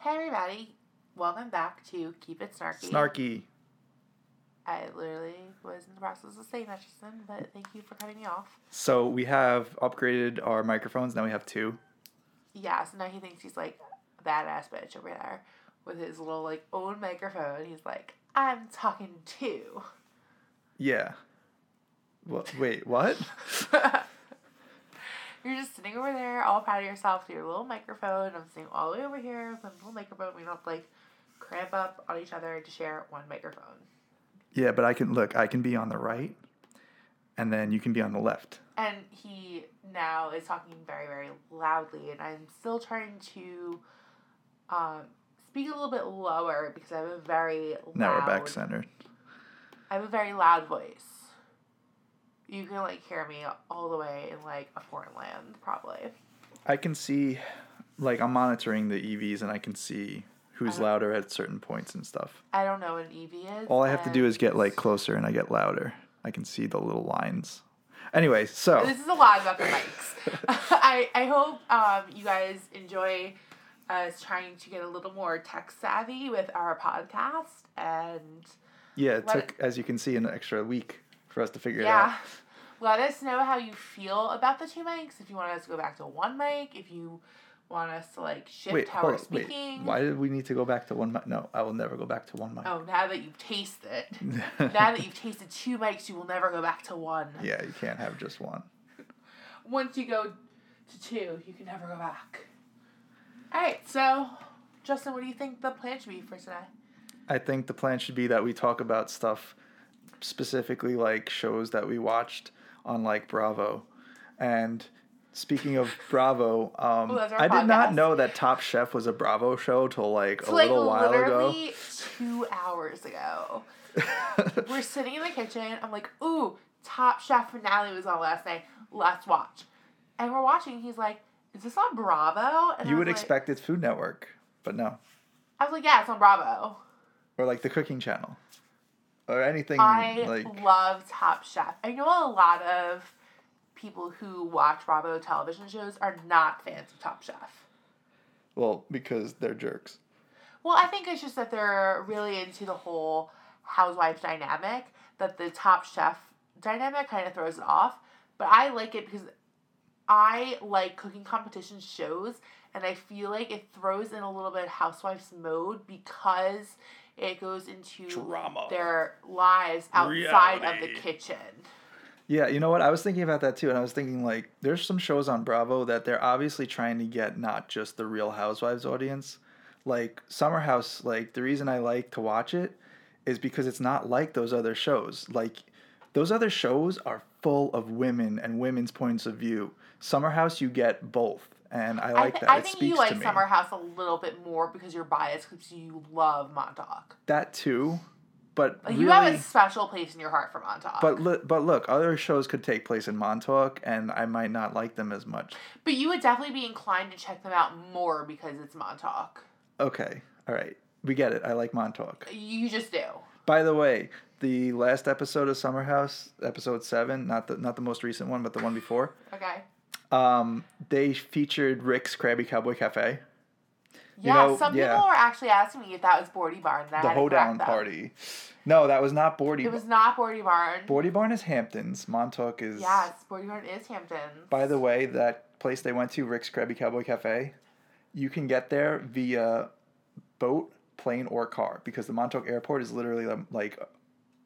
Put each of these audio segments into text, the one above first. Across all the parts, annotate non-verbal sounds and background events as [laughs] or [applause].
Hey everybody, welcome back to Keep It Snarky. Snarky. I literally was in the process of saying that, Justin, but thank you for cutting me off. So we have upgraded our microphones. Now we have two. Yeah, so now he thinks he's like a badass bitch over there with his little like own microphone. He's like, I'm talking to. Yeah. Wha [laughs] wait, what? [laughs] You're just sitting over there, all proud of yourself with your little microphone. I'm sitting all the way over here with my little microphone. We don't have to, like cramp up on each other to share one microphone. yeah, but I can look. I can be on the right, and then you can be on the left. And he now is talking very, very loudly, and I'm still trying to um, speak a little bit lower because I have a very loud. Now we're back centered. I have a very loud voice. You can like hear me all the way in like a foreign land, probably. I can see, like I'm monitoring the EVs, and I can see who's Uh-huh. louder at certain points and stuff. I don't know what an EV is. All I have to do is get and like closer, and I get louder. I can see the little lines. Anyway, so This is a lot about the mics. [laughs] I, I hope um, you guys enjoy us trying to get a little more tech savvy with our podcast and yeah, it let- took as you can see an extra week for us to figure it Yeah. out. Let us know how you feel about the two mics. If you want us to go back to one mic, if you want us to like shift Wait, how hold we're on, wait. speaking. Why did we need to go back to one mic? No, I will never go back to one mic. Oh, now that you've tasted [laughs] it, now that you've tasted two mics, you will never go back to one. yeah, you can't have just one. Once you go to two, you can never go back. All right, so Justin, what do you think the plan should be for today? I think the plan should be that we talk about stuff specifically like shows that we watched on like Bravo. And [laughs] speaking of Bravo, um, Ooh, that's our I did not podcast. know that Top Chef was a Bravo show till like So a like little while ago. literally two hours [laughs] ago, we're sitting in the kitchen. I'm like, ooh, Top Chef finale was on last night. Let's watch. And we're watching. He's like, is this on Bravo? And I you would was like- expect it's Food Network, but no, I was like, yeah, it's on Bravo. or like the Cooking Channel, or anything I Mm, like love Top Chef. I know a lot of people who watch Bravo television shows are not fans of Top Chef. well because they're jerks. Well, I think it's just that they're really into the whole housewife dynamic, that the top chef dynamic kind of throws it off. But I like it because I like cooking competition shows, and I feel like it throws in a little bit housewife's mode because it goes into Drama. their lives outside of Reality. the kitchen. Yeah, you know what? I was thinking about that too, and I was thinking like, there's some shows on Bravo that they're obviously trying to get not just the Real Housewives audience. Like Summer House, like the reason I like to watch it is because it's not like those other shows. Like those other shows are full of women and women's points of view. Summer House, you get both, and I I, like th- that. I it think speaks you to like me. Summer House a little bit more because you're biased because you love Montauk. That too, but Like, really, You have a special place in your heart for Montauk. but look, but look, other shows could take place in Montauk, and I might not like them as much. But you would definitely be inclined to check them out more because it's Montauk. Okay. All right. We get it. I like Montauk. You just do. By the way, the last episode of Summer House, episode 7, not the not the most recent one, but the one before, Okay. um, they featured Rick's Krabby Cowboy Cafe, Yeah, know, some yeah. people were actually asking me if that was Bordy Barn. and I the had to correct hoedown them. party. No, that was not Bordy. It was not Bordy Barn. Bordy Barn is Hamptons. Montauk is yes, Bordy Barn is Hamptons. By the way, that place they went to, Rick's Krabby Cowboy Cafe, you can get there via boat, plane, or car because the Montauk airport is literally um, like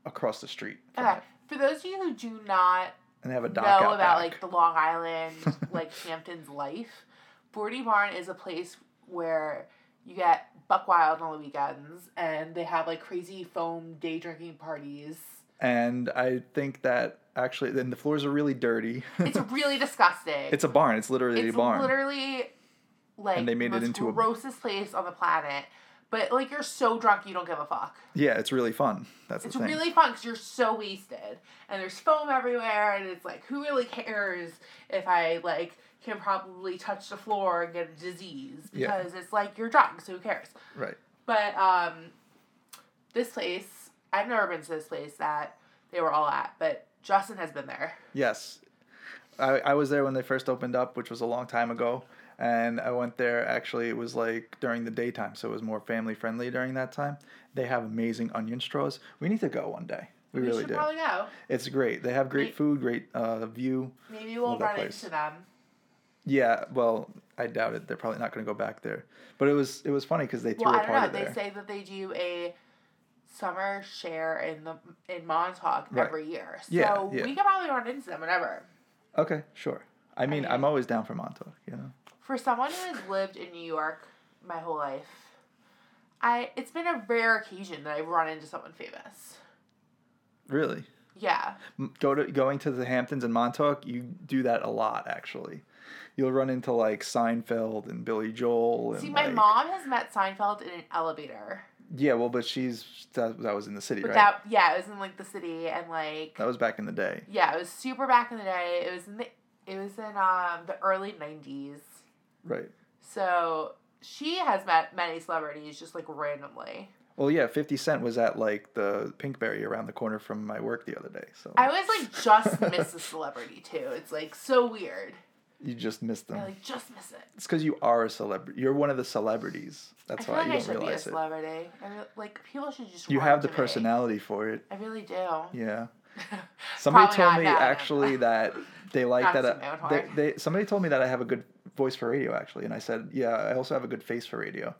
across the street. from okay. it. For those of you who do not And they have a dock know out about back. like the Long Island, [laughs] like Hamptons life, Bordy Barn is a place where you get buck wild on the weekends and they have like crazy foam day drinking parties. and I think that actually, then the floors are really dirty. [laughs] It's really [laughs] disgusting. it's a barn. It's literally it's a barn. literally like And they made the it most into a- grossest place on the planet. But like you're so drunk you don't give a fuck. yeah, it's really fun. That's It's the thing. really fun because you're so wasted and there's foam everywhere and it's like who really cares if I like can probably touch the floor and get a disease Yeah. because it's like you're drunk so who cares. right. But um, this place I've never been to this place that they were all at, but Justin has been there. Yes. I, I was there when they first opened up, which was a long time ago. and I went there. Actually, it was like during the daytime, so it was more family friendly during that time. They have amazing onion straws. We need to go one day. We, we really should do. probably go. It's great. They have great Wait. food, great uh, view. Maybe we'll Love that run place. into them. Yeah, well, I doubt it. They're probably not going to go back there. But it was it was funny because they threw Well, a I don't know. party They there. say that they do a summer share in the in Montauk Right. every year. So Yeah, yeah. we could probably run into them whenever. okay, sure. I mean, mean- I'm always down for Montauk. You know, For someone who has lived in New York my whole life, I it's been a rare occasion that I've run into someone famous. really. Yeah. M- Go to going to the Hamptons and Montauk. You do that a lot, actually. You'll run into like Seinfeld and Billy Joel. And, See, my like- mom has met Seinfeld in an elevator. Yeah, well, but she's that, that was in the city, But right? that yeah, it was in like the city and like that was back in the day. yeah, it was super back in the day. It was in the it was in um the early nineties. Right. So she has met many celebrities just like randomly. Well, yeah, 50 Cent was at like the Pinkberry around the corner from my work the other day. So I always like just miss a celebrity too. It's like so weird. you just missed them. I like just miss it. it's because you are a celebrity. You're one of the celebrities. That's I feel why like you I don't should be a realize it. celebrity. I re- like people should just. You want have the to be. personality for it. I really do. [laughs] Yeah. Somebody Probably told not me now, no. [laughs] actually that they like Not that. to my own I, they, heart. they, somebody told me that I have a good voice for radio actually, and I said, yeah, I also have a good face for radio.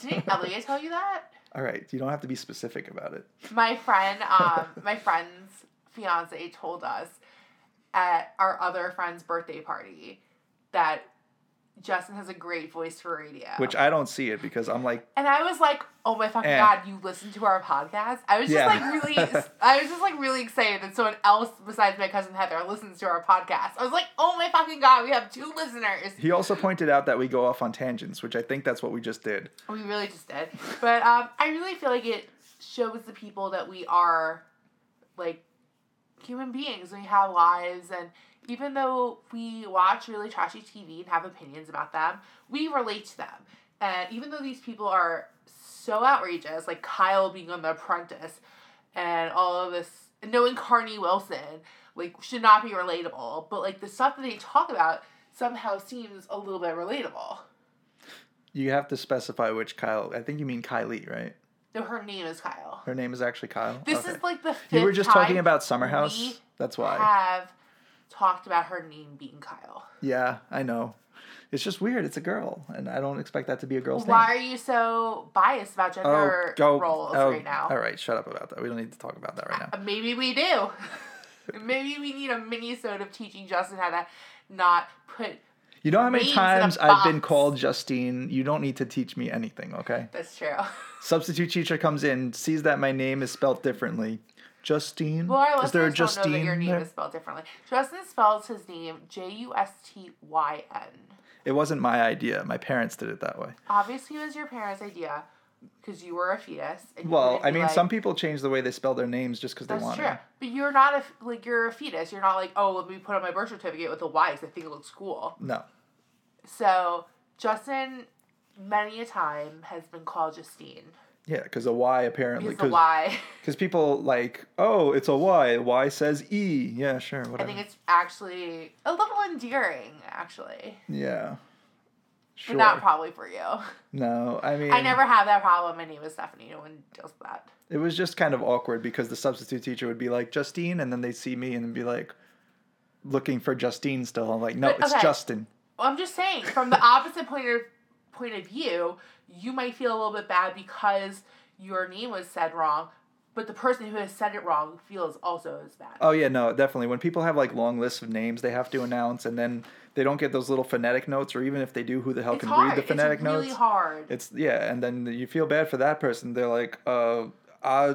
Didn't Elliot tell you that? All right, you don't have to be specific about it. My friend, um, my friend's fiance told us at our other friend's birthday party that Justin has a great voice for radio. Which I don't see it because I'm like, And I was like, "Oh my fucking Eh. god, you listen to our podcast?" I was just Yeah. like [laughs] really, I was just like really excited that someone else besides my cousin Heather listens to our podcast. I was like, "Oh my fucking god, we have two listeners." He also pointed out that we go off on tangents, which I think that's what we just did. We really just did, [laughs] but um, I really feel like it shows the people that we are, like, human beings. We have lives, and even though we watch really trashy TV and have opinions about them, we relate to them. And even though these people are so outrageous, like Kyle being on The Apprentice, and all of this, and knowing Carney Wilson, like, should not be relatable. But like the stuff that they talk about somehow seems a little bit relatable. You have to specify which Kyle. I think you mean Kylie, right? No, her name is Kyle. Her name is actually Kyle. This Okay. is like the fifth you were just talking time about Summerhouse. we That's why. have talked about her name being Kyle. yeah, I know. It's just weird. It's a girl, and I don't expect that to be a girl's Why name. are you so biased about gender roles oh, right now? All right, shut up about that. We don't need to talk about that right now. [laughs] Uh, Maybe we do. Maybe we need a mini of teaching Justin how to not put. You know how many Names in a times I've been box. called Justine? You don't need to teach me anything, okay? That's true. Substitute teacher comes in, sees that my name is spelt differently. Justine? Well, [laughs] our is there a listeners don't know Justine? that your name there? is spelled differently. Justin spells his name J U S T Y N. It wasn't my idea. My parents did it that way. Obviously, it was your parents' idea because you were a fetus. And you Well, couldn't I be mean, like, some people change the way they spell their names just because they That's want true. to. But you're not a f- like you're a fetus. You're not like oh let me put on my birth certificate with a Y because I think it looks cool. No. So Justin, many a time has been called Justine Yeah, because a Y apparently. because the Because Y. [laughs] people like, oh, it's a Y. Y says E. Yeah, sure, I whatever. think it's actually a little endearing, actually, yeah. but Sure. not probably for you. no, I mean, I never have that problem. My name is Stephanie. No one deals with that. it was just kind of awkward because the substitute teacher would be like, Justine, and then they'd see me and be like, looking for Justine still. I'm like, no, But, it's okay. Justin. Well, I'm just saying, from the opposite point of point of view, you might feel a little bit bad because your name was said wrong, but the person who has said it wrong feels also as bad. Oh yeah, no, definitely. When people have like long lists of names they have to announce, and then they don't get those little phonetic notes, or even if they do, who the hell it's can hard. read the phonetic it's really notes? hard. It's yeah, and then you feel bad for that person. They're like, uh, uh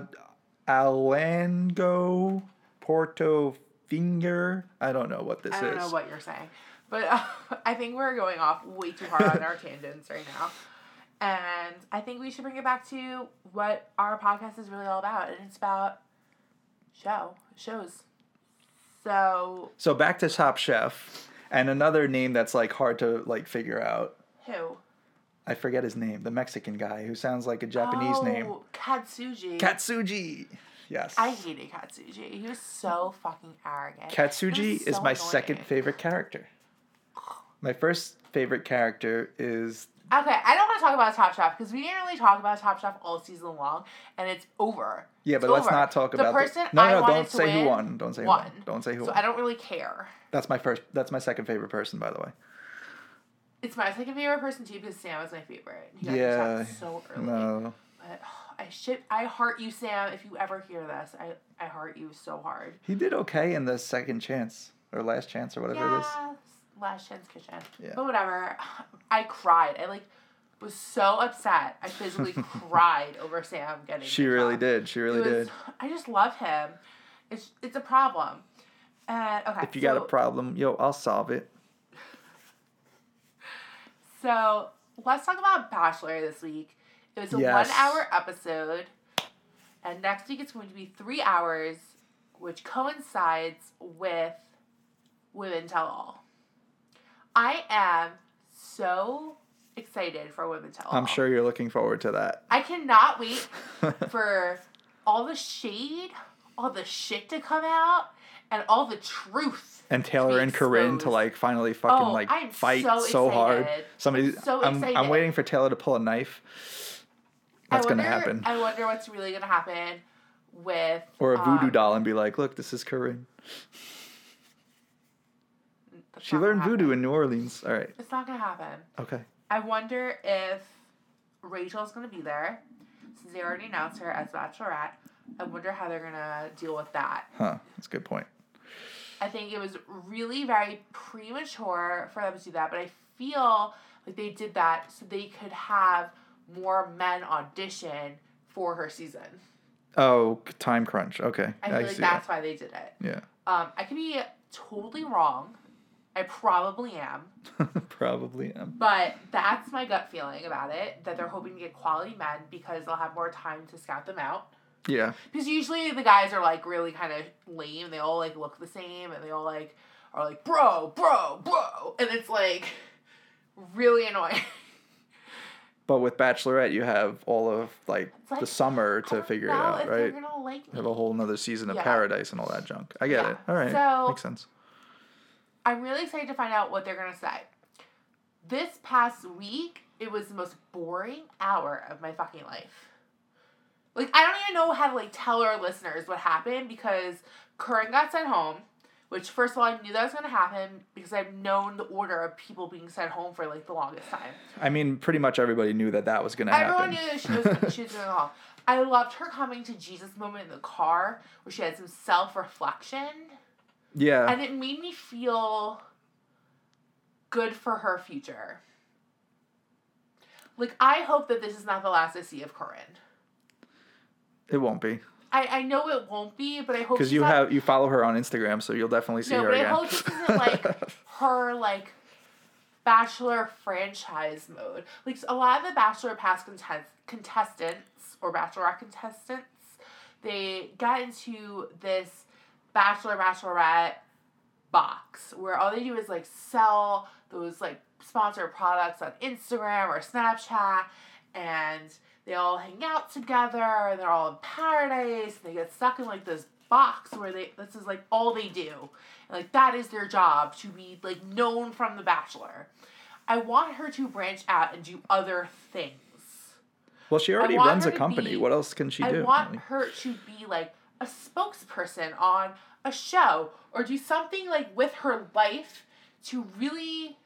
Alango Porto Finger. I don't know what this I don't is. know what you're saying, but [laughs] uh, I think we're going off way too hard on [laughs] our tangents right now. And I think we should bring it back to what our podcast is really all about, and it's about show shows. So so back to Top Chef, and another name that's like hard to like figure out. who I forget his name. The Mexican guy who sounds like a Japanese name. Oh, Katsuji. Katsuji. Yes. I hated Katsuji. He was so fucking arrogant. He Katsuji was is so my annoying. second favorite character. My first favorite character is Okay, I don't want to talk about Top Chef because we didn't really talk about Top Chef all season long, and it's over. yeah, It's but let's over. not talk The about person No, I no, wanted don't to say win who won. Don't say who won. won. Don't say who So won. I don't really care. That's my first. That's my second favorite person, by the way. It's my second favorite person too because Sam is my favorite. You guys Yeah, talked so early. No, But, oh, I shit. I heart you, Sam. If you ever hear this, I I heart you so hard. he did okay in the second chance or last chance or whatever it is. Yeah, Last Chance Kitchen. Yeah. But whatever. I cried. I like was so upset. I [laughs] physically cried over Sam getting. She the really job. did. She really It was- did. I just love him. It's it's a problem. And okay. If you got a so- problem, yo, I'll solve it. So let's talk about Bachelor this week. It was a Yes. one hour episode. And next week it's going to be three hours, which coincides with Women Tell All. I am so excited for Women Tell All. I'm sure you're looking forward to that. I cannot [laughs] wait for all the shade, all the shit to come out, and all the truth. and Taylor be and Corinne to exposed. like finally fucking Oh, like I'm fight so, so hard. excited. Somebody, I'm so I'm, I'm excited. waiting for Taylor to pull a knife. I That's gonna wonder- happen, I wonder what's really gonna happen with or a voodoo um, doll and be like, "Look, this is Corinne. that's She not gonna learned happen. voodoo in New Orleans." All right, It's not gonna happen. okay. I wonder if Rachel's gonna be there, since they already announced her as Bachelorette. I wonder how they're gonna deal with that. Huh, that's a good point. I think it was really very premature for them to do that, but I feel like they did that so they could have more men audition for her season. Oh, c- time crunch. Okay, I feel I, like see. that's why they did it. that. Um, I could be totally wrong. I probably am. Yeah, [laughs] probably. Um, But that's my gut feeling about it that they're hoping to get quality men because they'll have more time to scout them out. yeah, Because usually the guys are like really kind of lame. They all like look the same and they all like are like, bro, bro, bro. And it's like really annoying. but with Bachelorette, you have all of like, It's like, the summer I to don't figure it know out, if they're right? gonna like me. Have a whole another season of Yeah. paradise and all that junk. I get Yeah. it. All right, So- makes sense. I'm really excited to find out what they're gonna say. This past week, it was the most boring hour of my fucking life. Like I don't even know how to like tell our listeners what happened because Curran got sent home, which first of all I knew that was gonna happen because I've known the order of people being sent home for like the longest time. I mean, pretty much everybody knew that that was gonna Everyone happen. knew that she was she was doing the hall. I loved her coming to Jesus moment in the car where she had some self reflection. yeah, and it made me feel good for her future. Like I hope that this is not the last I see of Corinne. It won't be I, I know it won't be, but I hope because she's you not- have you follow her on Instagram, so you'll definitely see no, her but again. I hope this isn't like her like Bachelor franchise mode. Like a lot of the Bachelor past contest- contestants or Bachelorette contestants, they got into this Bachelor Bachelorette box where all they do is like sell those like sponsored products on Instagram or Snapchat and they all hang out together and they're all in paradise and they get stuck in like this box where they this is like all they do and, like that is their job to be like known from the bachelor i want her to branch out and do other things [laughs] well, she already want runs her a to company. be- what else can she i do? want Like, her to be like a spokesperson on a show or do something like with her life to really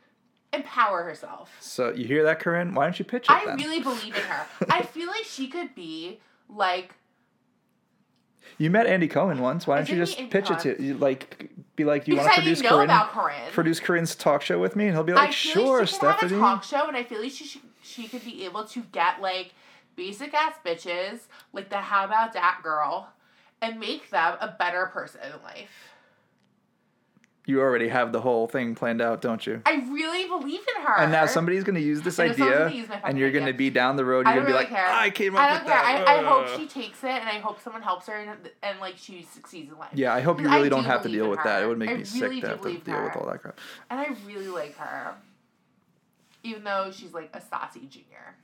empower herself so you hear that, Corinne? Why don't you pitch it i then? really believe in [laughs] her i feel like she could be like You met Andy Cohen once. Why I don't you did just meet pitch Andy it to you, like be like, you because want to i didn't produce know Corinne? about corinne Produce Corinne's talk show with me, and he'll be like, I feel sure, like she could Stephanie. have a talk show, and I feel like she should, she could be able to get like basic ass bitches like the How About That girl, and make them a better person in life. You already have the whole thing planned out, don't you? I really believe in her. And now somebody's gonna use this I know someone's idea, gonna use my fucking and you're gonna idea. be down the road. You're I don't gonna be really like, care. I came up I don't with care. that. I, I Ugh." hope she takes it, and I hope someone helps her, and, and like she succeeds in life. Yeah, I hope you Because I really don't do have to believe deal in with that. It her. would make I me sick really to do have to believe deal with her. all that crap. And I really like her, even though she's like a sassy junior.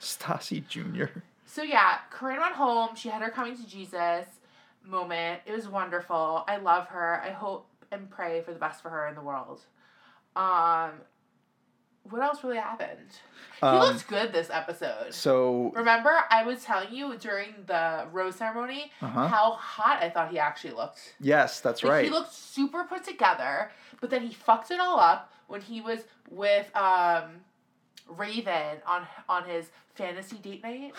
Stasi Jr. So yeah, Corinne went home. She had her coming to Jesus moment. It was wonderful. I love her. I hope and pray for the best for her in the world. Um, What else really happened? he Um, looks good this episode. So, Remember, I was telling you during the rose ceremony uh-huh. how hot I thought he actually looked. yes, that's Like, right. He looked super put together, but then he fucked it all up when he was with um, Raven on on his fantasy date [laughs] night,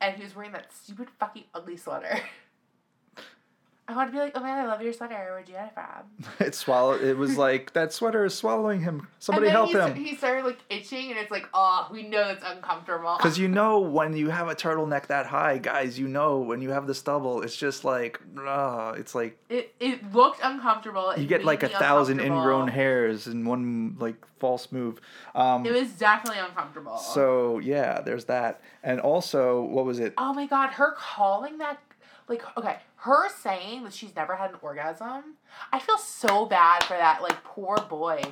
and he was wearing that stupid fucking ugly sweater. [laughs] I want to be like, oh man, I love your sweater. Where'd you get it from? [laughs] it swallowed. It was like that sweater is swallowing him. Somebody and then help he, him. He started like itching, and it's like, oh, we know it's uncomfortable. Because you know when you have a turtleneck that high, guys, you know when you have the stubble, it's just like, ah, it's like It it looked uncomfortable. It you get made like a me thousand ingrown uncomfortable. hairs in one like false move. Um, It was definitely uncomfortable. so yeah, there's that. And also, what was it? Oh my god, her calling that like okay, her saying that she's never had an orgasm. I feel so bad for that like poor boy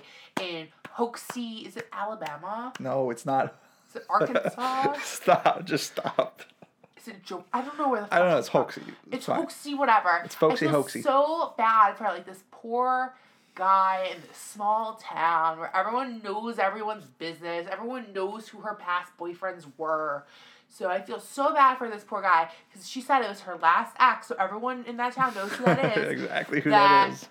in Hoxie, is it Alabama? No, it's not. [laughs] Is it Arkansas? stop. Just stop. is it jo- I don't know where the fuck I don't know. she's It's from. hoaxy. It's fine. Hoxie whatever. It's folksy I feel hoaxy. so bad for like this poor guy in this small town where everyone knows everyone's business, everyone knows who her past boyfriends were. So I feel so bad for this poor guy because she said it was her last act, so everyone in that town knows who [laughs] that is. exactly who that- that is.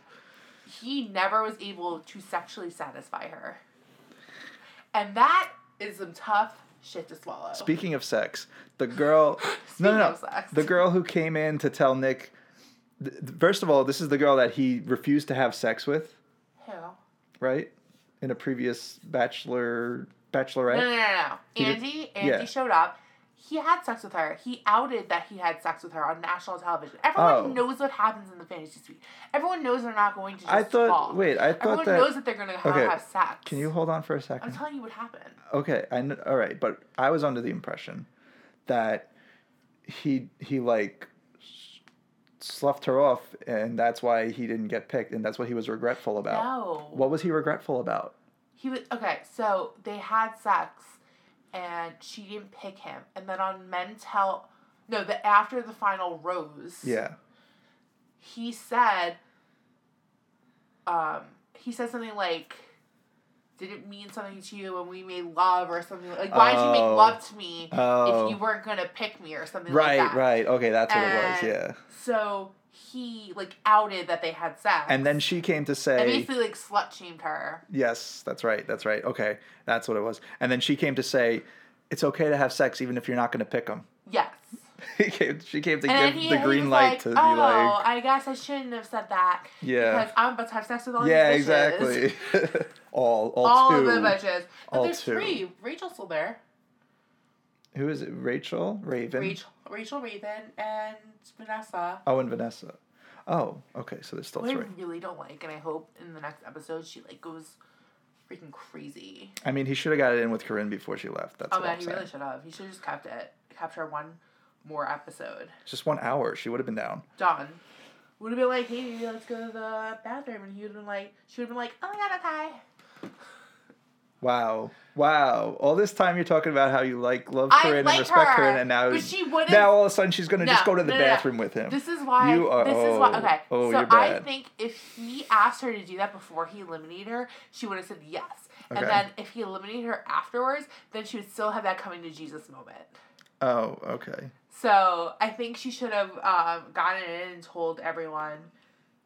he never was able to sexually satisfy her. And that is some tough shit to swallow. Speaking of sex, the girl. [laughs] no, no, no. Speaking of sex. The girl who came in to tell Nick. th- th- First of all, this is the girl that he refused to have sex with, Who? No, right? In a previous bachelor no, bachelorette. no, no. no. He did- Andy, Andy yeah. showed up. He had sex with her. He outed that he had sex with her on national television. Everyone Oh. knows what happens in the fantasy suite. Everyone knows they're not going to just I thought. fall. Wait, I thought Everyone that. knows that they're going to have, Okay. have sex. Can you hold on for a I'm second? telling you what happened. Okay, I kn- all right, but I was under the impression that he he like s- sloughed her off, and that's why he didn't get picked, and that's what he was regretful about. No. What was he regretful about? He was okay. So they had sex, and she didn't pick him. And then on Men's Health, no, the after the final rose, Yeah. he said, um, he said something like, "Did it mean something to you when we made love or something like? Why did you Oh. make love to me if you Oh. weren't gonna pick me or something Right, like that?" right. Okay, that's what it was. And- Yeah. So he like outed that they had sex, And then she came to and say, basically like slut shamed her. "Yes, that's right. That's right. Okay, that's what it was." And then she came to say, "It's okay to have sex even if you're not going to pick him." Yes. He came, [laughs] she came to And then give he- the he green was light like, to be oh, like, I guess I shouldn't have said that. Yeah. Because I'm about to have sex with all "Yeah, these bitches. exactly." [laughs] all, all, All two. of the bitches. But All there's two. three. Rachel's still there. Who is it? Rachel? Raven? Rachel, Rachel Raven and Vanessa. Oh, and Vanessa. Oh, okay. So there's still Who I three. really don't like, and I hope in the next episode she like goes freaking crazy. I mean, he should have got it in with Corinne before she left. That's Oh what man, I'm he saying. really should have. He should have just kept it. Kept her one more episode. Just one hour. She would have been down. Done. Would have been like, hey, baby, let's go to the bathroom, and he would have been like, she would have been like, oh my god, okay. Wow. Wow. All this time you're talking about how you like love I Corinne like and respect her, Corinne, and now but she wouldn't- now all of a sudden she's gonna No, just go to the no, no, no. bathroom with him. This is why. You are- this is why. oh, Okay. oh, so you're I bad. think if he asked her to do that before he eliminated her, she would have said yes. Okay. And then if he eliminated her afterwards, then she would still have that coming to Jesus moment. oh, okay. So I think she should have um, gotten in and told everyone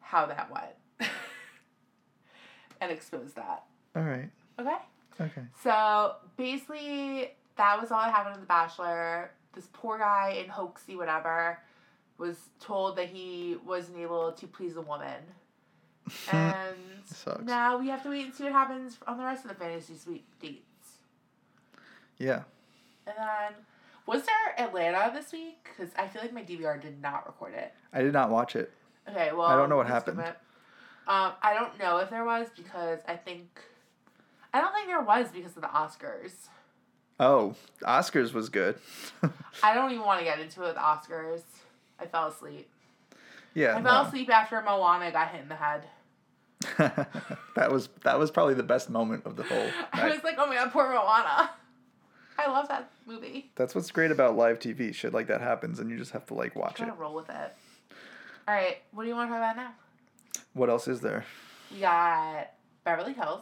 how that went [laughs] and exposed that. All right. Okay. Okay. So basically, that was all that happened in The Bachelor. This poor guy in hoaxy whatever was told that he wasn't able to please a [laughs] woman. And Sucks. now we have to wait and see what happens on the rest of the fantasy suite dates. Yeah. And then, was there Atlanta this week? Because I feel like my DVR did not record it. I did not watch it. Okay, well I don't know what let's skip happened. it. Um, I don't know if there was because I think I don't think there was because of the Oscars. Oh, Oscars was good. I don't even want to get into it with Oscars. I fell asleep. yeah. I fell no. asleep after Moana got hit in the head. [laughs] [laughs] that was that was probably the best moment of the whole. [laughs] I night. was like, oh my god, poor Moana. I love that movie. That's what's great about live TV. Shit like that happens, and you just have to like watch Trying it. to roll with it. All right, what do you want to talk about now? What else is there? We got Beverly Hills.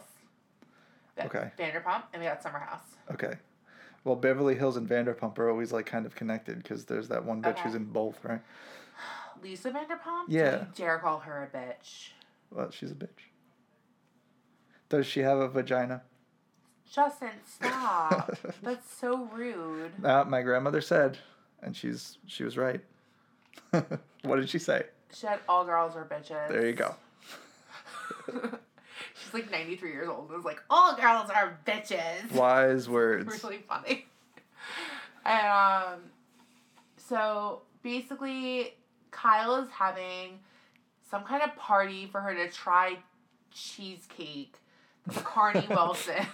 That's Okay. Vanderpump, and we got Summer House. Okay. Well, Beverly Hills and Vanderpump are always like kind of connected because there's that one bitch Okay. who's in both, right? Lisa Vanderpump? Yeah. Don't you dare call her a bitch. Well, she's a bitch. Does she have a vagina? Justin, [laughs] stop. That's so rude. Uh, my grandmother said, and she's she was right. [laughs] what did she say? She had all girls are bitches. There you go. She's like 93 years old and is like, all girls are bitches. Wise [laughs] words. really funny. And um, so basically, Kyle is having some kind of party for her to try cheesecake from [laughs] Carney Wilson.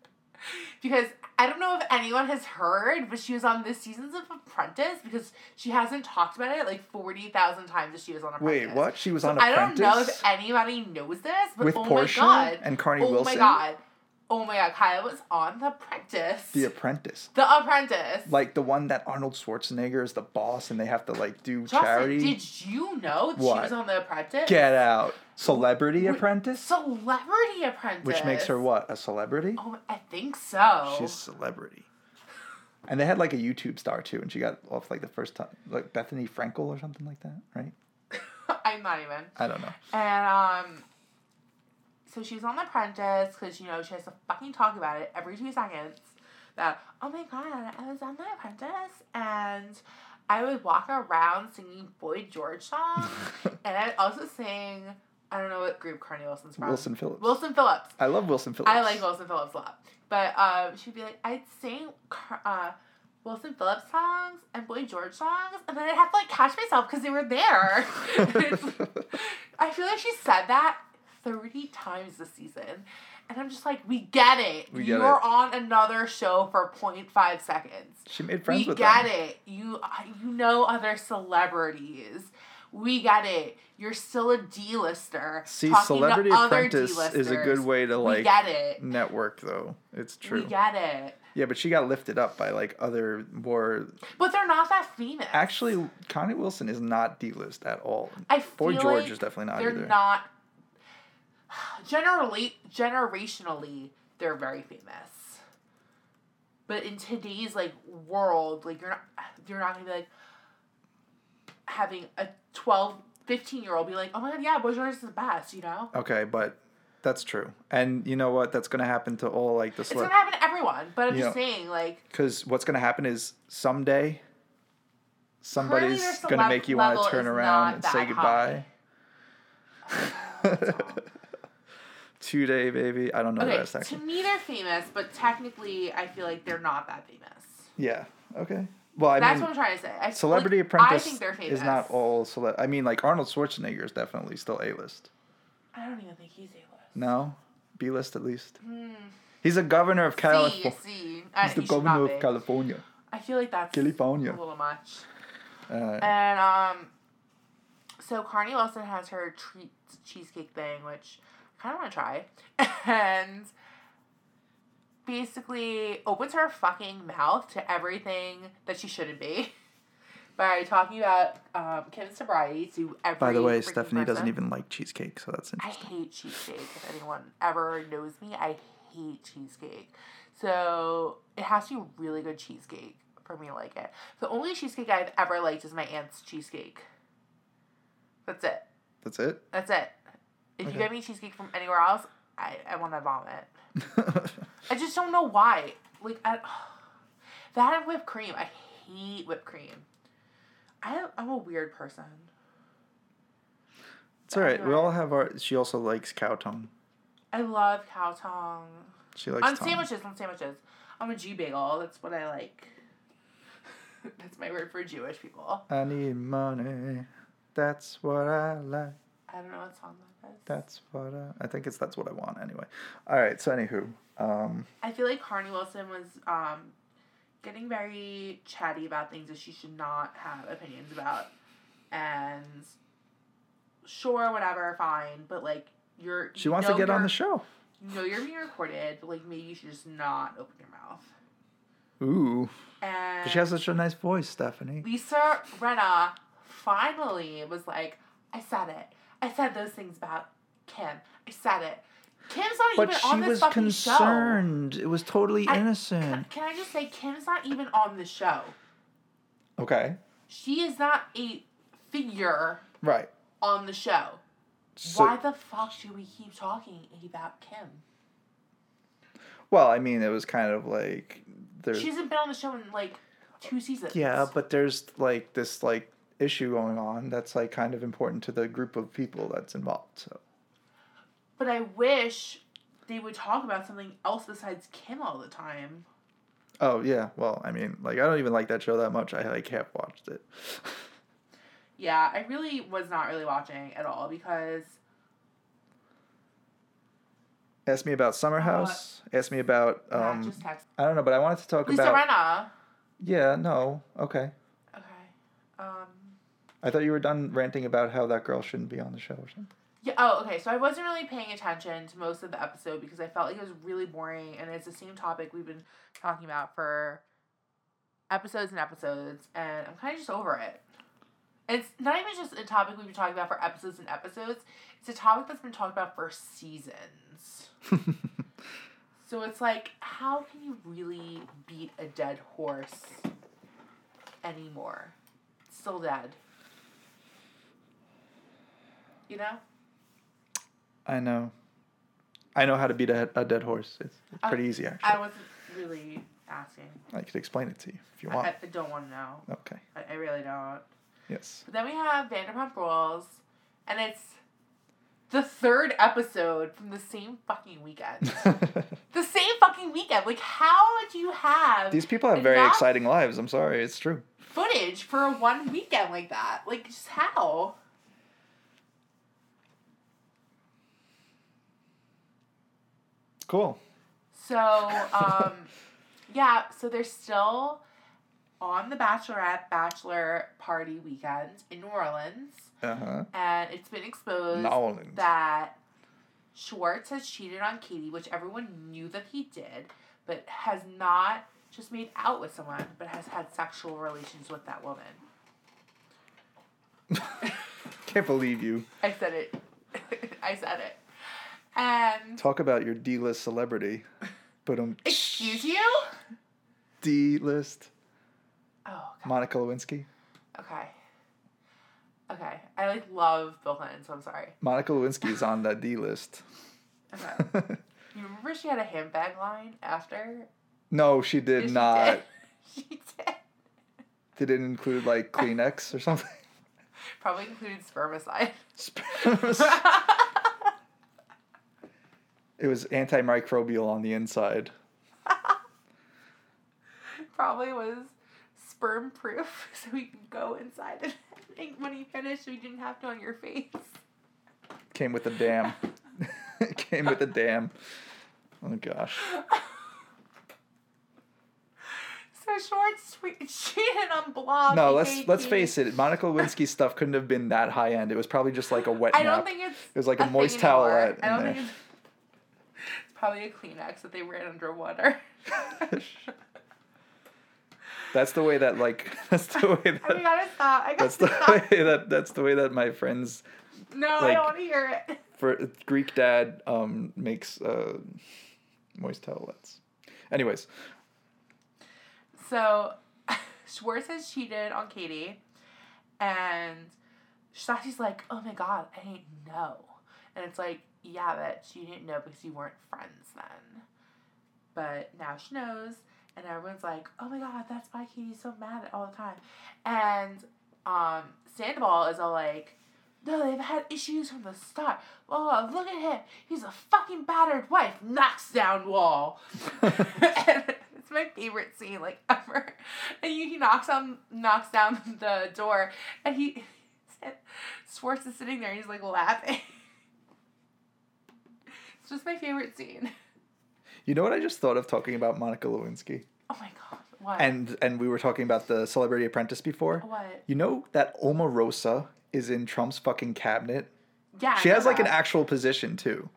[laughs] because I don't know if anyone has heard, but she was on this season's of Apprentice because she hasn't talked about it like 40,000 times that she was on Apprentice. Wait, what? She was on I don't Apprentice know if anybody knows this, but with oh Portia my god and Carney oh Wilson. my god. Oh my god, Kyle was on The Apprentice. The The, Apprentice, Apprentice. like the one that Arnold Schwarzenegger is the boss, and they have to like do Justin, charity. did you know that she What? was on The Apprentice? Get out, Celebrity Wait, Apprentice, Celebrity Apprentice. which makes her what a celebrity. Oh, I think so. She's a celebrity. And they had like a YouTube star too, and she got off like the first time, like Bethany Frankel or something like that, right? [laughs] I'm not even. I don't know. And um, so she's on The Apprentice because you know she has to fucking talk about it every two seconds. That oh my god, I was on The Apprentice and I would walk around singing Boy George songs [laughs] and I would also sing. I don't know what group Carney Wilson's from. Wilson Phillips. Wilson Phillips. I love Wilson Phillips. I like Wilson Phillips a lot, but um, she'd be like, I'd sing Car- uh, Wilson Phillips songs and Boy George songs, and then I'd have to like catch myself because they were there. [laughs] I feel like she said that thirty times this season, and I'm just like, we get it. We you get are it." on another show for 0.5 seconds. [laughs] She made friends we with get them. it. You you know other celebrities. We get it. You're still a D-lister. See, talking to Celebrity other Apprentice is a good D-listers. way to we like get it. network, though. It's true. We get it. yeah, but she got lifted up by like other more. But they're not that famous. Actually, Connie Wilson is not D list at all. I feel Boy George like is definitely not they're either. not [sighs] generally generationally they're very famous. But in today's like world, like you're not you're not gonna be like having a 12, 15 year old be like, oh my god, yeah, Boy George is the best, you know? Okay, but that's true. And you know what? That's gonna happen to all like the It's celebrities. gonna happen to everyone, but I'm You just know, saying, like Because what's going to happen is someday, Clearly somebody's their going to make you celeb want to level turn is around not and say that goodbye. high. [laughs] Today, baby. I don't know the okay, rest to actually. me they're famous, but technically I feel like they're not that famous. yeah. Okay. Well, I That's mean, what I'm trying to say. I, Celebrity like, Apprentice I think they're famous. is not all celeb. I mean, like Arnold Schwarzenegger is definitely still A list. I don't even think he's A No, B list at least. He's a governor of California. list. See, see, uh, [laughs] He's Hmm. the he should not governor be. of California. I feel like that's a California. little much. Uh, And um, so Carney Wilson has her treat cheesecake thing, which I kind of want to try, [laughs] and basically opens her fucking mouth to everything that she shouldn't be. [laughs] By talking about um, Kim's sobriety to every. by the way, freaking Stephanie doesn't person. even like cheesecake, so that's I interesting. hate cheesecake. If anyone ever knows me, I hate cheesecake. So it has to be really good cheesecake for me to like it. The only cheesecake I've ever liked is my aunt's cheesecake. That's it. That's it. [laughs] That's it. If Okay. you get me cheesecake from anywhere else, I, I want to vomit. I just don't know why. Like I, [sighs] that and whipped cream. I hate whipped cream. I I'm a weird person. it's all right. We Anyway. all have our. She also likes cow tongue. I love cow tongue. She likes on tongue. sandwiches, on sandwiches. I'm a Jew bagel. That's what I like. [laughs] That's my word for Jewish people. I need money. That's what I like. I don't know what song that is. That's what I. I think it's that's what I want anyway. All right. So anywho, um, I feel like Carney Wilson was um, getting very chatty about things that she should not have opinions about, and sure, whatever, fine. But like, you're she wants to get on the show. show. you know you're being recorded, but like maybe you should just not open your mouth. Ooh, And but she has such a nice voice, Stephanie. Lisa Renna finally was like, I said it. I said those things about Kim. I said it. Kim's not But even she on this was fucking show. concerned. It was totally I- innocent. Can I just say, Kim's not even on the show. Okay. She is not a figure Right. on the show. So, Why the fuck do we keep talking about Kim? well, I mean, it was kind of like there's She hasn't been on the show in like two seasons. yeah, but there's like this like issue going on that's like kind of important to the group of people that's involved. So But I wish they would talk about something else besides Kim all the time. oh yeah, well, I mean, like I don't even like that show that much. I like half watched it. [laughs] Yeah, I really was not really watching at all because Ask me about Summer House. Ask me about Matt um. just text I don't know, but I wanted to talk Lisa about. Renna. Yeah, no, okay. Okay. Um, I thought you were done ranting about how that girl shouldn't be on the show or something. yeah, oh, okay. So I wasn't really paying attention to most of the episode because I felt like it was really boring and it's the same topic we've been talking about for episodes and episodes, and I'm kind of just over it. And It's not even just a topic we've been talking about for episodes and episodes, it's a topic that's been talked about for seasons. So it's like, how can you really beat a dead horse anymore? It's still dead. You know? I know. I know how to beat a, a dead horse. It's it's I- pretty easy, actually. I wasn't really asking. I could explain it to you if you I, want. I- I don't want to know. okay. I, I really don't. Yes. But then we have Vanderpump Rules, and it's the third episode from the same fucking [laughs] weekend. the same fucking weekend. Like, how do you have These people have very Enough. exciting lives. I'm sorry, it's true. footage for one weekend like that? Like, just how? Cool. [laughs] So, um, yeah, so they're still on the Bachelorette Bachelor party weekend in New Orleans, Uh huh. and it's been exposed New Orleans. that Schwartz has cheated on Katie, which everyone knew that he did, but has not just made out with someone, but has had sexual relations with that woman. Can't believe you. I said it. [laughs] I said it. And Talk about your D [laughs] list celebrity. But um, excuse you? D list Oh, God. Monica Lewinsky. Okay. Okay. I like love Bill Clinton, so I'm sorry. Monica Lewinsky is on that D list. Okay. you remember she had a handbag line after? [laughs] no, she Yeah, did she not. did. [laughs] She did. Did it include like Kleenex [laughs] or something? [laughs] Probably included [laughs] spermicide. Sperms. it was antimicrobial on the inside. Probably was sperm proof [laughs] so we could go inside and [laughs] think when he finished we didn't have to on your face. [laughs] Came with a dam. [laughs] It Came with a dam. Oh gosh. So Schwartz [laughs] tweet cheated on blog. No, let's let's face it. Monica Lewinsky's stuff couldn't have been that high end. It was probably just like a wet I nap. don't think it's It was like a thing moist anymore. towelette in I don't there. think it's, it's probably a Kleenex that they ran [laughs] underwater. That's the way that like [laughs] that's the way that I gotta stop. I gotta that's the stop. [laughs] way that that's the way that my friends No, I like- don't want to hear it. for Greek dad um makes uh moist towelettes. Anyways, So, [laughs] Schwartz has cheated on Katie, and Sashi's like, "Oh my god, I didn't know," and it's like, "Yeah, bitch, you didn't know because you weren't friends then, but now she knows." And everyone's like, "Oh my god, that's why Katie's so mad all the time," and um, Sandoval is all like. No, they've had issues from the start. Oh, look at him. He's a fucking battered wife. Knocks down wall. [laughs] and it's my favorite scene like ever. And he, he knocks on knocks down the door, and he [laughs] Schwartz is sitting there. and He's like laughing. [laughs] it's just my favorite scene. you know what I just thought of talking about Monica Lewinsky? Oh my god! What? And and we were talking about the Celebrity Apprentice before. what? You know that Omarosa is in Trump's fucking cabinet? Yeah. I She know has like an that, actual position too.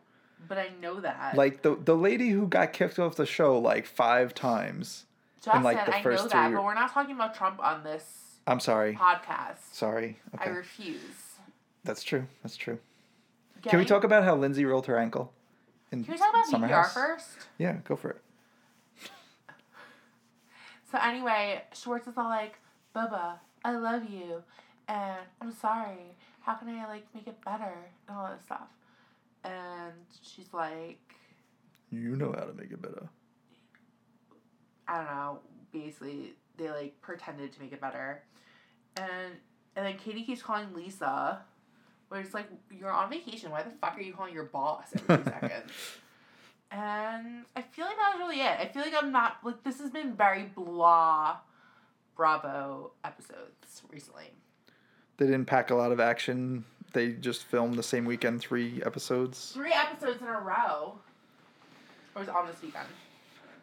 But I know that. Like the the lady who got kicked off the show like 5 times. Justin, like, the I first know that, three- but we're not talking about Trump on this I'm sorry. podcast. Sorry. I Okay. refuse. That's true. That's true. Can we Getting- talk about how Lindsay rolled her ankle? in Can we talk about Summer PPR House. first? Yeah, go for it. So anyway, Schwartz is all like, Bubba, I love you, and I'm sorry. How can I like make it better and all that stuff? And she's like, You know how to make it better. I don't know. Basically, they like pretended to make it better, and and then Katie keeps calling Lisa, where it's like you're on vacation. Why the fuck are you calling your boss every two seconds? And I feel like that was really it. I feel like I'm not like this has been very blah, Bravo episodes recently. They didn't pack a lot of action. They just filmed the same weekend three episodes. Three episodes in a row. Or was on this weekend.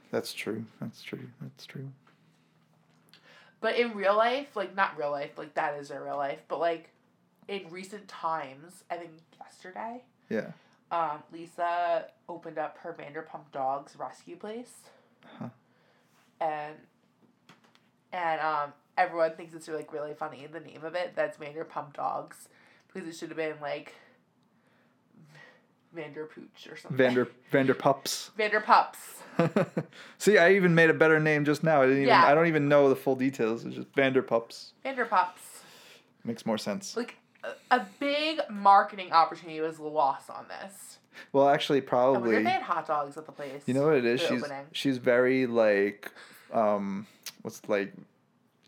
That's true. That's true. That's true. But in real life, like not real life, like that is their real life, but like in recent times, I think yesterday, Yeah. um, Lisa opened up her Vanderpump Dogs rescue place. Uh-huh. And and um, everyone thinks it's like really funny the name of it. That's Vanderpump Dogs because it should have been like Vanderpooch or something. Vander Vanderpups. [laughs] Vanderpups. [laughs] See, I even made a better name just now. I didn't even. Yeah. I don't even know the full details. It's just Vanderpups. Vanderpups. Makes more sense. like a, a big marketing opportunity was lost on this. Well, actually, I wonder if probably. they had hot dogs at the place. You know what it is? for the She's opening. she's very like, um, what's like,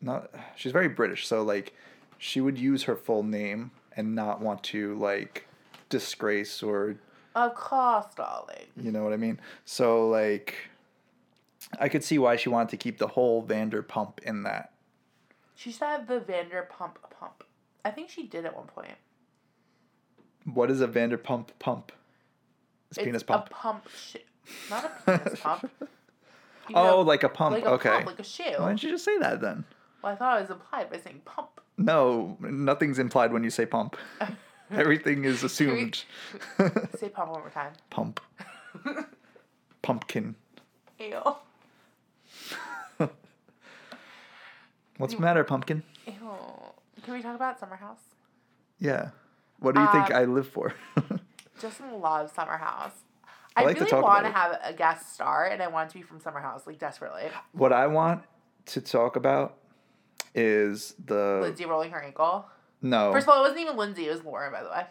not. She's very British, so like, she would use her full name and not want to like disgrace or Of course, darling. you know what I mean. So like, I could see why she wanted to keep the whole Vanderpump in that. She should have the Vanderpump pump. I think she did at one point. What is a Vanderpump pump? It's, penis pump. A pump. Sh- not [laughs] a penis pump. You oh, know, like a pump. like a okay. pump, like a shoe. why didn't you just say that then? Well, I thought it was implied by saying pump. No, nothing's implied when you [laughs] say pump. Everything is assumed. Say pump one more time. [laughs] pump. Pumpkin. Ew. What's Mm. the matter, pumpkin? Ew. Can we talk about Summer House? Yeah. What do you think Um, I live for? [laughs] Justin loves Summer House. I, like to really talk want to about have a guest star, and I want it to be from Summer House, like desperately. what I want to talk about is the Lindsay rolling her ankle. no. First of all, it wasn't even Lindsay; it was Lauren, by the way.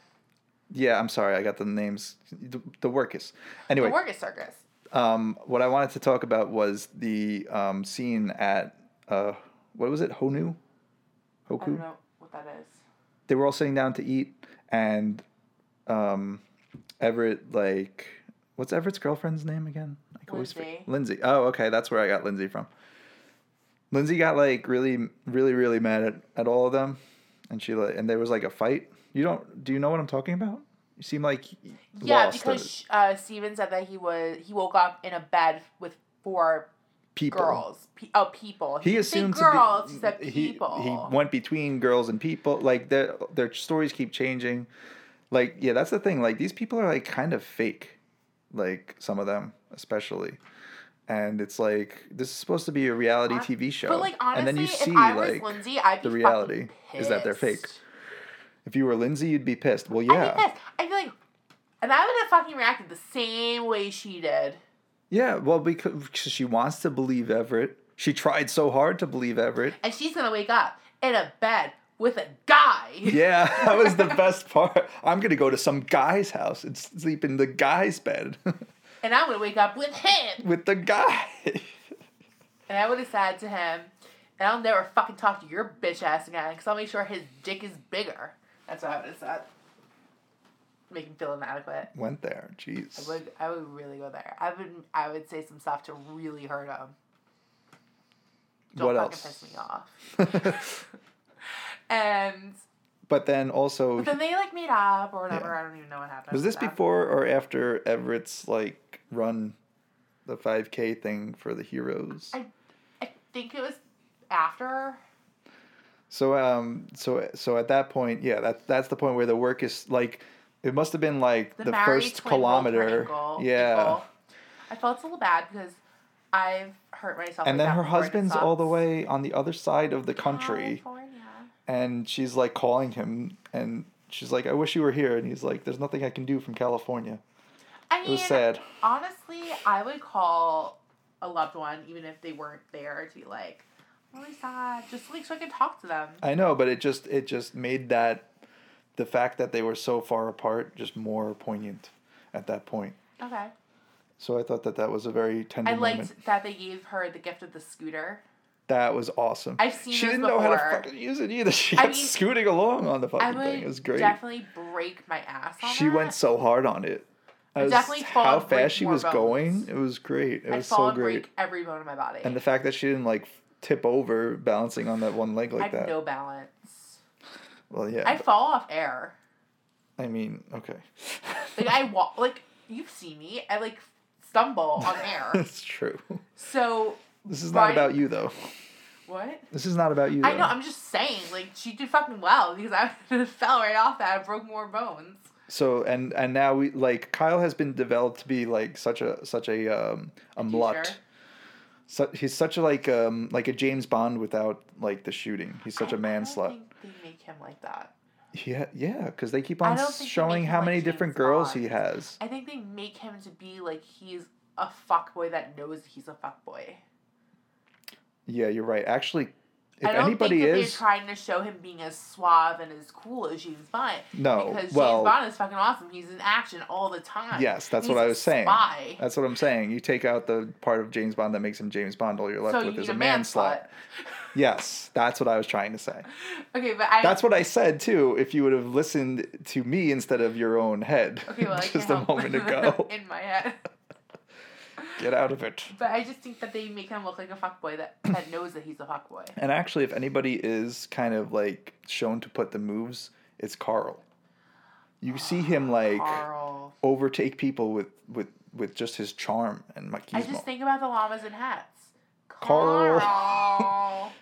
yeah, I'm sorry, I got the names. The, the work is anyway. The work is circus. um, what I wanted to talk about was the um, scene at uh, what was it? Honu, I don't Hoku. know what that is. They were all sitting down to eat, and um, Everett like what's Everett's girlfriend's name again? I can always for- Lindsay. Lindsay. Oh, okay, that's where I got Lindsay from. Lindsay got like really, really, really mad at, at all of them, and she like, and there was like a fight. You don't? Do you know what I'm talking about? You seem like y- Yeah, lost because at sh- uh, Steven said that he was he woke up in a bed with four people. girls. Pe- oh, people. he didn't say assumed girls. he to said be, he, people. he went between girls and people like their their stories keep changing like yeah that's the thing like these people are like kind of fake like some of them especially and it's like this is supposed to be a reality Hon- tv show but like honestly, and then you see if I was like Lindsay, I'd be the reality fucking is that they're fake. pissed. if you were lindsay you'd be pissed well I yeah think that's, I feel like, and I would have fucking reacted the same way she did. yeah well because she wants to believe everett she tried so hard to believe everett And she's gonna wake up in a bed with a guy. Yeah, [laughs] that was the best part. I'm gonna go to some guy's house and sleep in the guy's bed [laughs] And I'm gonna wake up with him. with the guy. [laughs] And I would have said to him, and I'll never fucking talk to your bitch ass again because I'll make sure his dick is bigger. That's what I would have said. Make him feel inadequate. Went there. Jeez. I would, I would really go there. I would, I would say some stuff to really hurt him. Don't what fucking else? piss me off. And [laughs] but [laughs] then also, but then they like made up or whatever. Yeah. I don't even know what happened. um, was with this them. before or after Everett's like run, the 5K thing for the heroes? I- I think it was after. So um, so so at that point, yeah, that that's the point where the work is like, it must have been like the, Maori first twin rolled her kilometer. ankle- yeah. ankle. I felt a little bad because I've hurt myself. And like then that her before, it husband's all the sucks. way on the other side of the country. California. and she's like calling him and she's like i wish you were here and he's like there's nothing i can do from california I mean, It was sad. honestly, I would call a loved one, even if they weren't there, to be like, I'm really sad, just like so I can talk to them. I know, but it just it just made that the fact that they were so far apart just more poignant at that point. Okay. So I thought that that was a very tender I liked moment. that they gave her the gift of the scooter. That was awesome. I've seen She those didn't know how to before. fucking use it either. [laughs] She I kept mean, scooting along on the I fucking would thing. It was great. definitely break my ass on She went that. so hard on it. I was, definitely fall how and break fast she more was bones. going. It was great. It I'd was fall so and great. break every bone in my body. And the fact that she didn't like tip over balancing on that one leg I like have that. no balance. Well, yeah. I fall off air. but- I mean, okay. [laughs] Like I walk. Like you've seen me. I like stumble on [laughs] air. That's true. So This is not Right. about you though. what? This is not about you. Though. I know. I'm just saying. Like she did fucking well because I [laughs] fell right off that and broke more bones. so and and now we like Kyle has been developed to be like such a such a um a teacher? mutt. Su he's such a like um like a James Bond without like the shooting. He's such a a man I slut. don't think they make him like that. Yeah, yeah, because they keep I on don't think they showing make him how like many different James girls Bond. he has. I think they make him to be like he's a fuckboy that knows he's a fuckboy. Yeah, you're right. Actually, if I don't anybody think that is, they're trying to show him being as suave and as cool as James Bond. No, because well- James Bond is fucking awesome. He's in action all the time. yes, that's He's what I a was saying. Spy. That's what I'm saying. You take out the part of James Bond that makes him James Bond. All you're left so you with need is a a man slut. slut. Yes, that's what I was trying to say. Okay, but I. That's what I said too. If you would have listened to me instead of your own head, okay, well, I just can't a help [laughs] moment ago, [laughs] in my head. get out of it. But I just think that they make him look like a fuckboy that, that knows that he's a fuckboy. And actually, if anybody is kind of like shown to put the moves, it's Carl. You see him like Carl. overtake people with with with just his charm and machismo. I just think about the llamas and hats. Carl. Carl.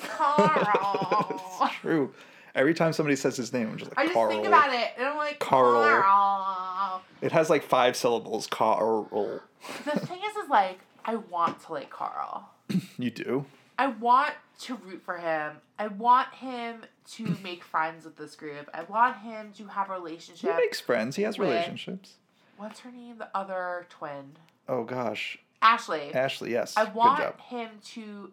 Carl. it's true. Every time somebody says his name, I'm just like I just Carl. think about it and I'm like, Carl. Carl. It has like five syllables. Carl. The thing is, is like, I want to like Carl. You do. I want to root for him. I want him to make friends with this group. I want him to have a He relationship. makes friends. He has With- relationships. What's her name? The other twin. Oh gosh, Ashley. Ashley. Yes. I Good job. want him to.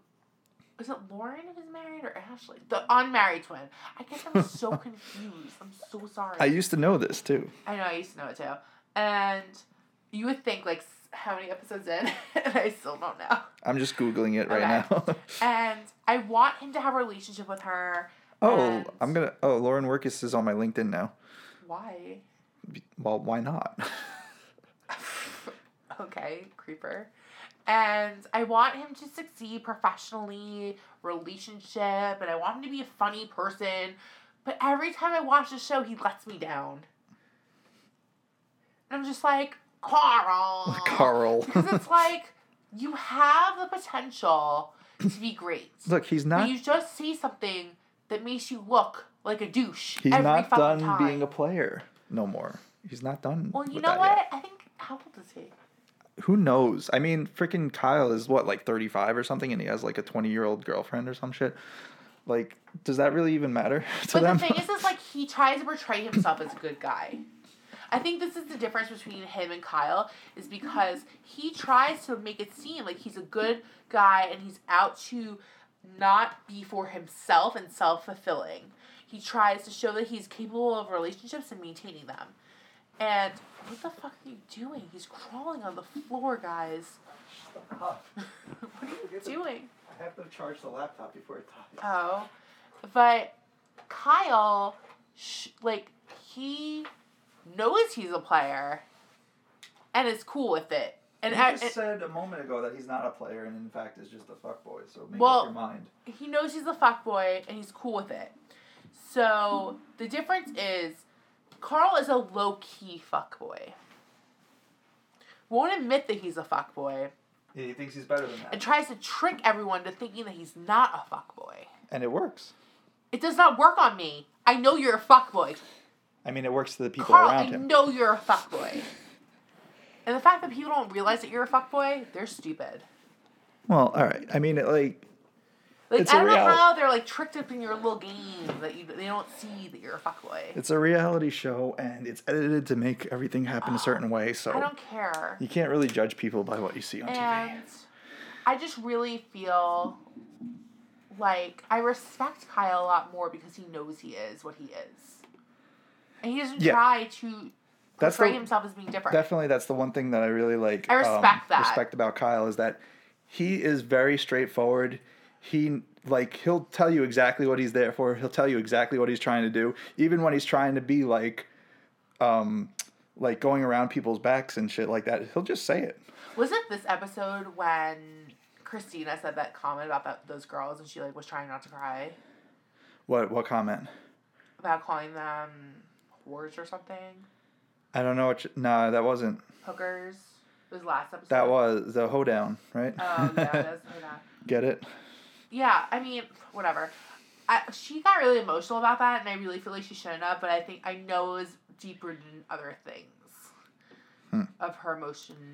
Is it Lauren who's married or Ashley? The unmarried twin. I guess [laughs] I'm so confused. I'm so sorry. I used to know this too. I know, I used to know it too. And you would think, like, s- how many episodes in? [laughs] and I still don't know. I'm just googling it right now. [laughs] And I want him to have a relationship with her. oh, and- I'm gonna. Oh, Lauren Workus is on my LinkedIn now. Why? Well, why not? Oh. okay, creeper. And I want him to succeed professionally, relationship, and I want him to be a funny person. But every time I watch the show, he lets me down. And I'm just like, Carl. [laughs] [laughs] [laughs] Carl. Because it's like, you have the potential to be great. [laughs] Look, he's But not. you just see something that makes you look like a douche. He's every not fucking done time. being a player no more. He's not done. Well, you with know that yet. what? I think, how old is he? Who knows? I mean, freaking Kyle is what like 35 or something, and he has like a 20 year old girlfriend or some shit. Like, does that really even matter [laughs] to But them? the thing is, [laughs] is like he tries to portray himself as a good guy. I think this is the difference between him and Kyle is because he tries to make it seem like he's a good guy and he's out to not be for himself and self fulfilling. He tries to show that he's capable of relationships and maintaining them. And what the fuck are you doing? He's crawling on the floor, guys. What are you doing? I have to charge the laptop before it dies. Oh, but Kyle, sh- like he knows he's a player, and is cool with it. And I- and- said a moment ago that he's not a player and in fact is just a fuckboy, so make up Well- your mind. he knows he's a fuckboy and he's cool with it. So the difference is Carl is a low key fuckboy. Won't admit that he's a fuckboy Yeah, he thinks he's better than and tries to trick everyone to thinking that he's not a fuckboy. And it works. It does not work on me. I know you're a fuckboy. I mean, it works to the people Carl, around I him. know you're a fuckboy. And the fact that people don't realize that you're a fuckboy, they're stupid. Well, all right. I mean, it, like, Like It's I a don't know reality. how they're like tricked up in your little game that you they don't see that you're a fuckboy. It's a reality show and it's edited to make everything happen a certain way, I so don't care. you can't really judge people by what you see on TV. And I just really feel like I respect Kyle a lot more because he knows he is what he is. And he doesn't Yeah. try to That's portray the- himself as being different. Definitely that's the one thing that I really like um, I respect that. respect about Kyle is that he is very straightforward. He like he'll tell you exactly what he's there for. He'll tell you exactly what he's trying to do, even when he's trying to be like um like going around people's backs and shit like that. He'll just say it. Was it this episode when Christina said that comment about that, those girls and she like was trying not to cry What what comment? about calling them whores or something? I don't know what you, nah, that wasn't. Hookers. It was last episode. That was the hoedown, right? Oh yeah, [laughs] that's that. Get it? Yeah, I mean, whatever. I, she got really emotional about that, and I really feel like she shouldn't have. But I think I know it was deep rooted in other things Hmm. of her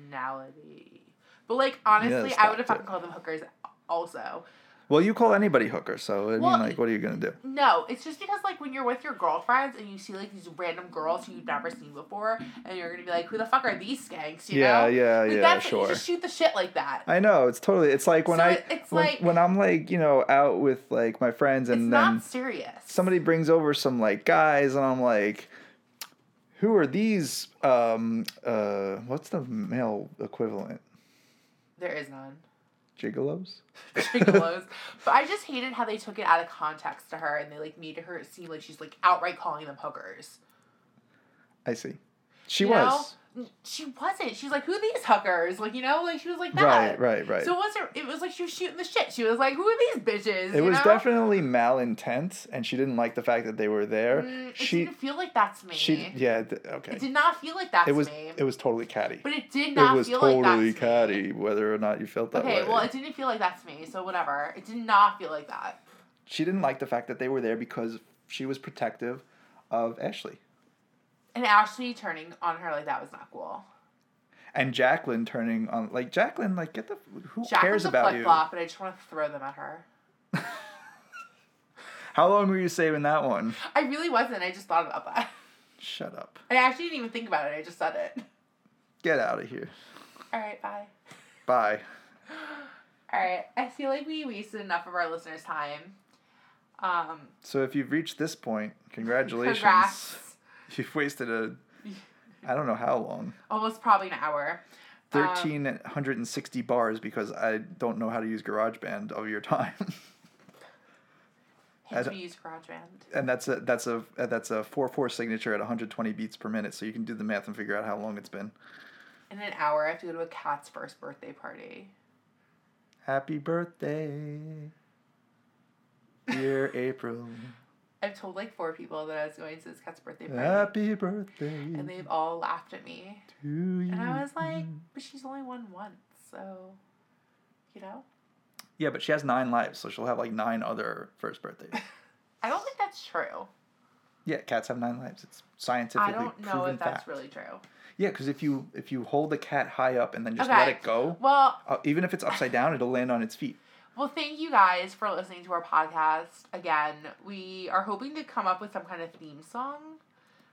emotionality. But like honestly, I would that's have it. fucking called them hookers. Also, Well, you call anybody hooker, so I mean, Well, like, what are you gonna do? no, it's just because like when you're with your girlfriends and you see like these random girls who you've never seen before, and you're gonna be like, "Who the fuck are these skanks?" You Yeah, know? yeah, like, yeah, that's, You sure. just shoot the shit like that. I know it's totally. It's like when So I it- it's when, like- when I'm like you know out with like my friends it's and then not serious. somebody brings over some like guys and I'm like, who are these? Um, uh, what's the male equivalent? there is [laughs] none. Gigolos? gigolos. but I just hated how they took it out of context to her and they like made her seem like she's like outright calling them hookers. I see. She You was know? She wasn't. She's like, who are these hookers? Like, you know, like she was like that. right, right, right. So it wasn't it was like she was shooting the shit. She was like, Who are these bitches? it you was know? definitely malintent, and she didn't like the fact that they were there. Mm, it she didn't feel like that's me. she yeah th- okay. It did not feel like that's it was me. it was totally catty. but it did It not was feel totally like that's catty, me. whether or not you felt that Okay, way. well it didn't feel like that's me, so whatever. It did not feel like that. she didn't like the fact that they were there because she was protective of Ashley. And Ashley turning on her like that was not cool. And Jacqueline turning on like Jacqueline, like get the who Jacqueline's cares a about flip you? flop, and I just want to throw them at her. How long were you saving that one? I really wasn't. I just thought about that. [laughs] Shut up. I actually didn't even think about it. I just said it. [laughs] Get out of here. All right, bye. Bye. All right. I feel like we wasted enough of our listeners' time. Um, So if you've reached this point, congratulations. congrats. [laughs] You've wasted a I don't know how long. Almost probably an hour. [laughs] Um, Thirteen hundred and sixty bars because I don't know how to use GarageBand of your [laughs] time. Hence I we use GarageBand. and that's a that's a that's a four four signature at 120 beats per minute. So you can do the math and figure out how long it's been. In an hour, I have to go to a cat's first birthday party. Happy birthday, [laughs] dear April. I've told like four people that I was going to this cat's birthday party, Happy birthday and they've all laughed at me. to you. And I was like, but she's only won once, so, you know? yeah, but she has nine lives, so she'll have like nine other first [laughs] birthdays. I don't think that's true. yeah, cats have nine lives. It's I scientifically don't know proven if that's fact. really true. Yeah, because if you if you hold the cat high up and then just Okay. let it go, Well, uh, even if it's upside down, it'll land on its feet. well, thank you guys for listening to our podcast. Again, we are hoping to come up with some kind of theme song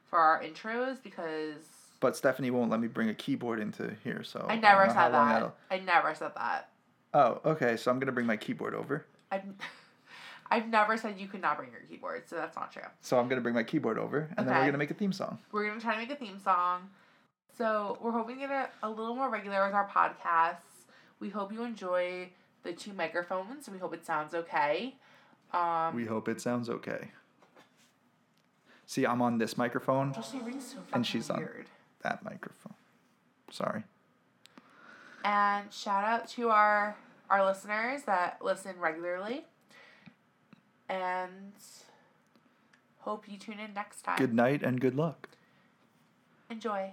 for our intros because But Stephanie won't let me bring a keyboard into here, so I don't never know said how long that. that'll- I never said that. Oh, okay. So I'm gonna bring my keyboard over. I've, [laughs] I've never said you could not bring your keyboard, so that's not true. So I'm gonna bring my keyboard over, and then we're Okay. gonna make a theme song. We're going to try to make a theme song. So we're hoping to get a, a little more regular with our podcasts. We hope you enjoy the two microphones. We hope it sounds okay. Um, We hope it sounds okay. See, I'm on this microphone, Chelsea rings so fucking And she's on. weird. that microphone. Sorry. And shout out to our our listeners that listen regularly. And hope you tune in next time. Good night and good luck. Enjoy.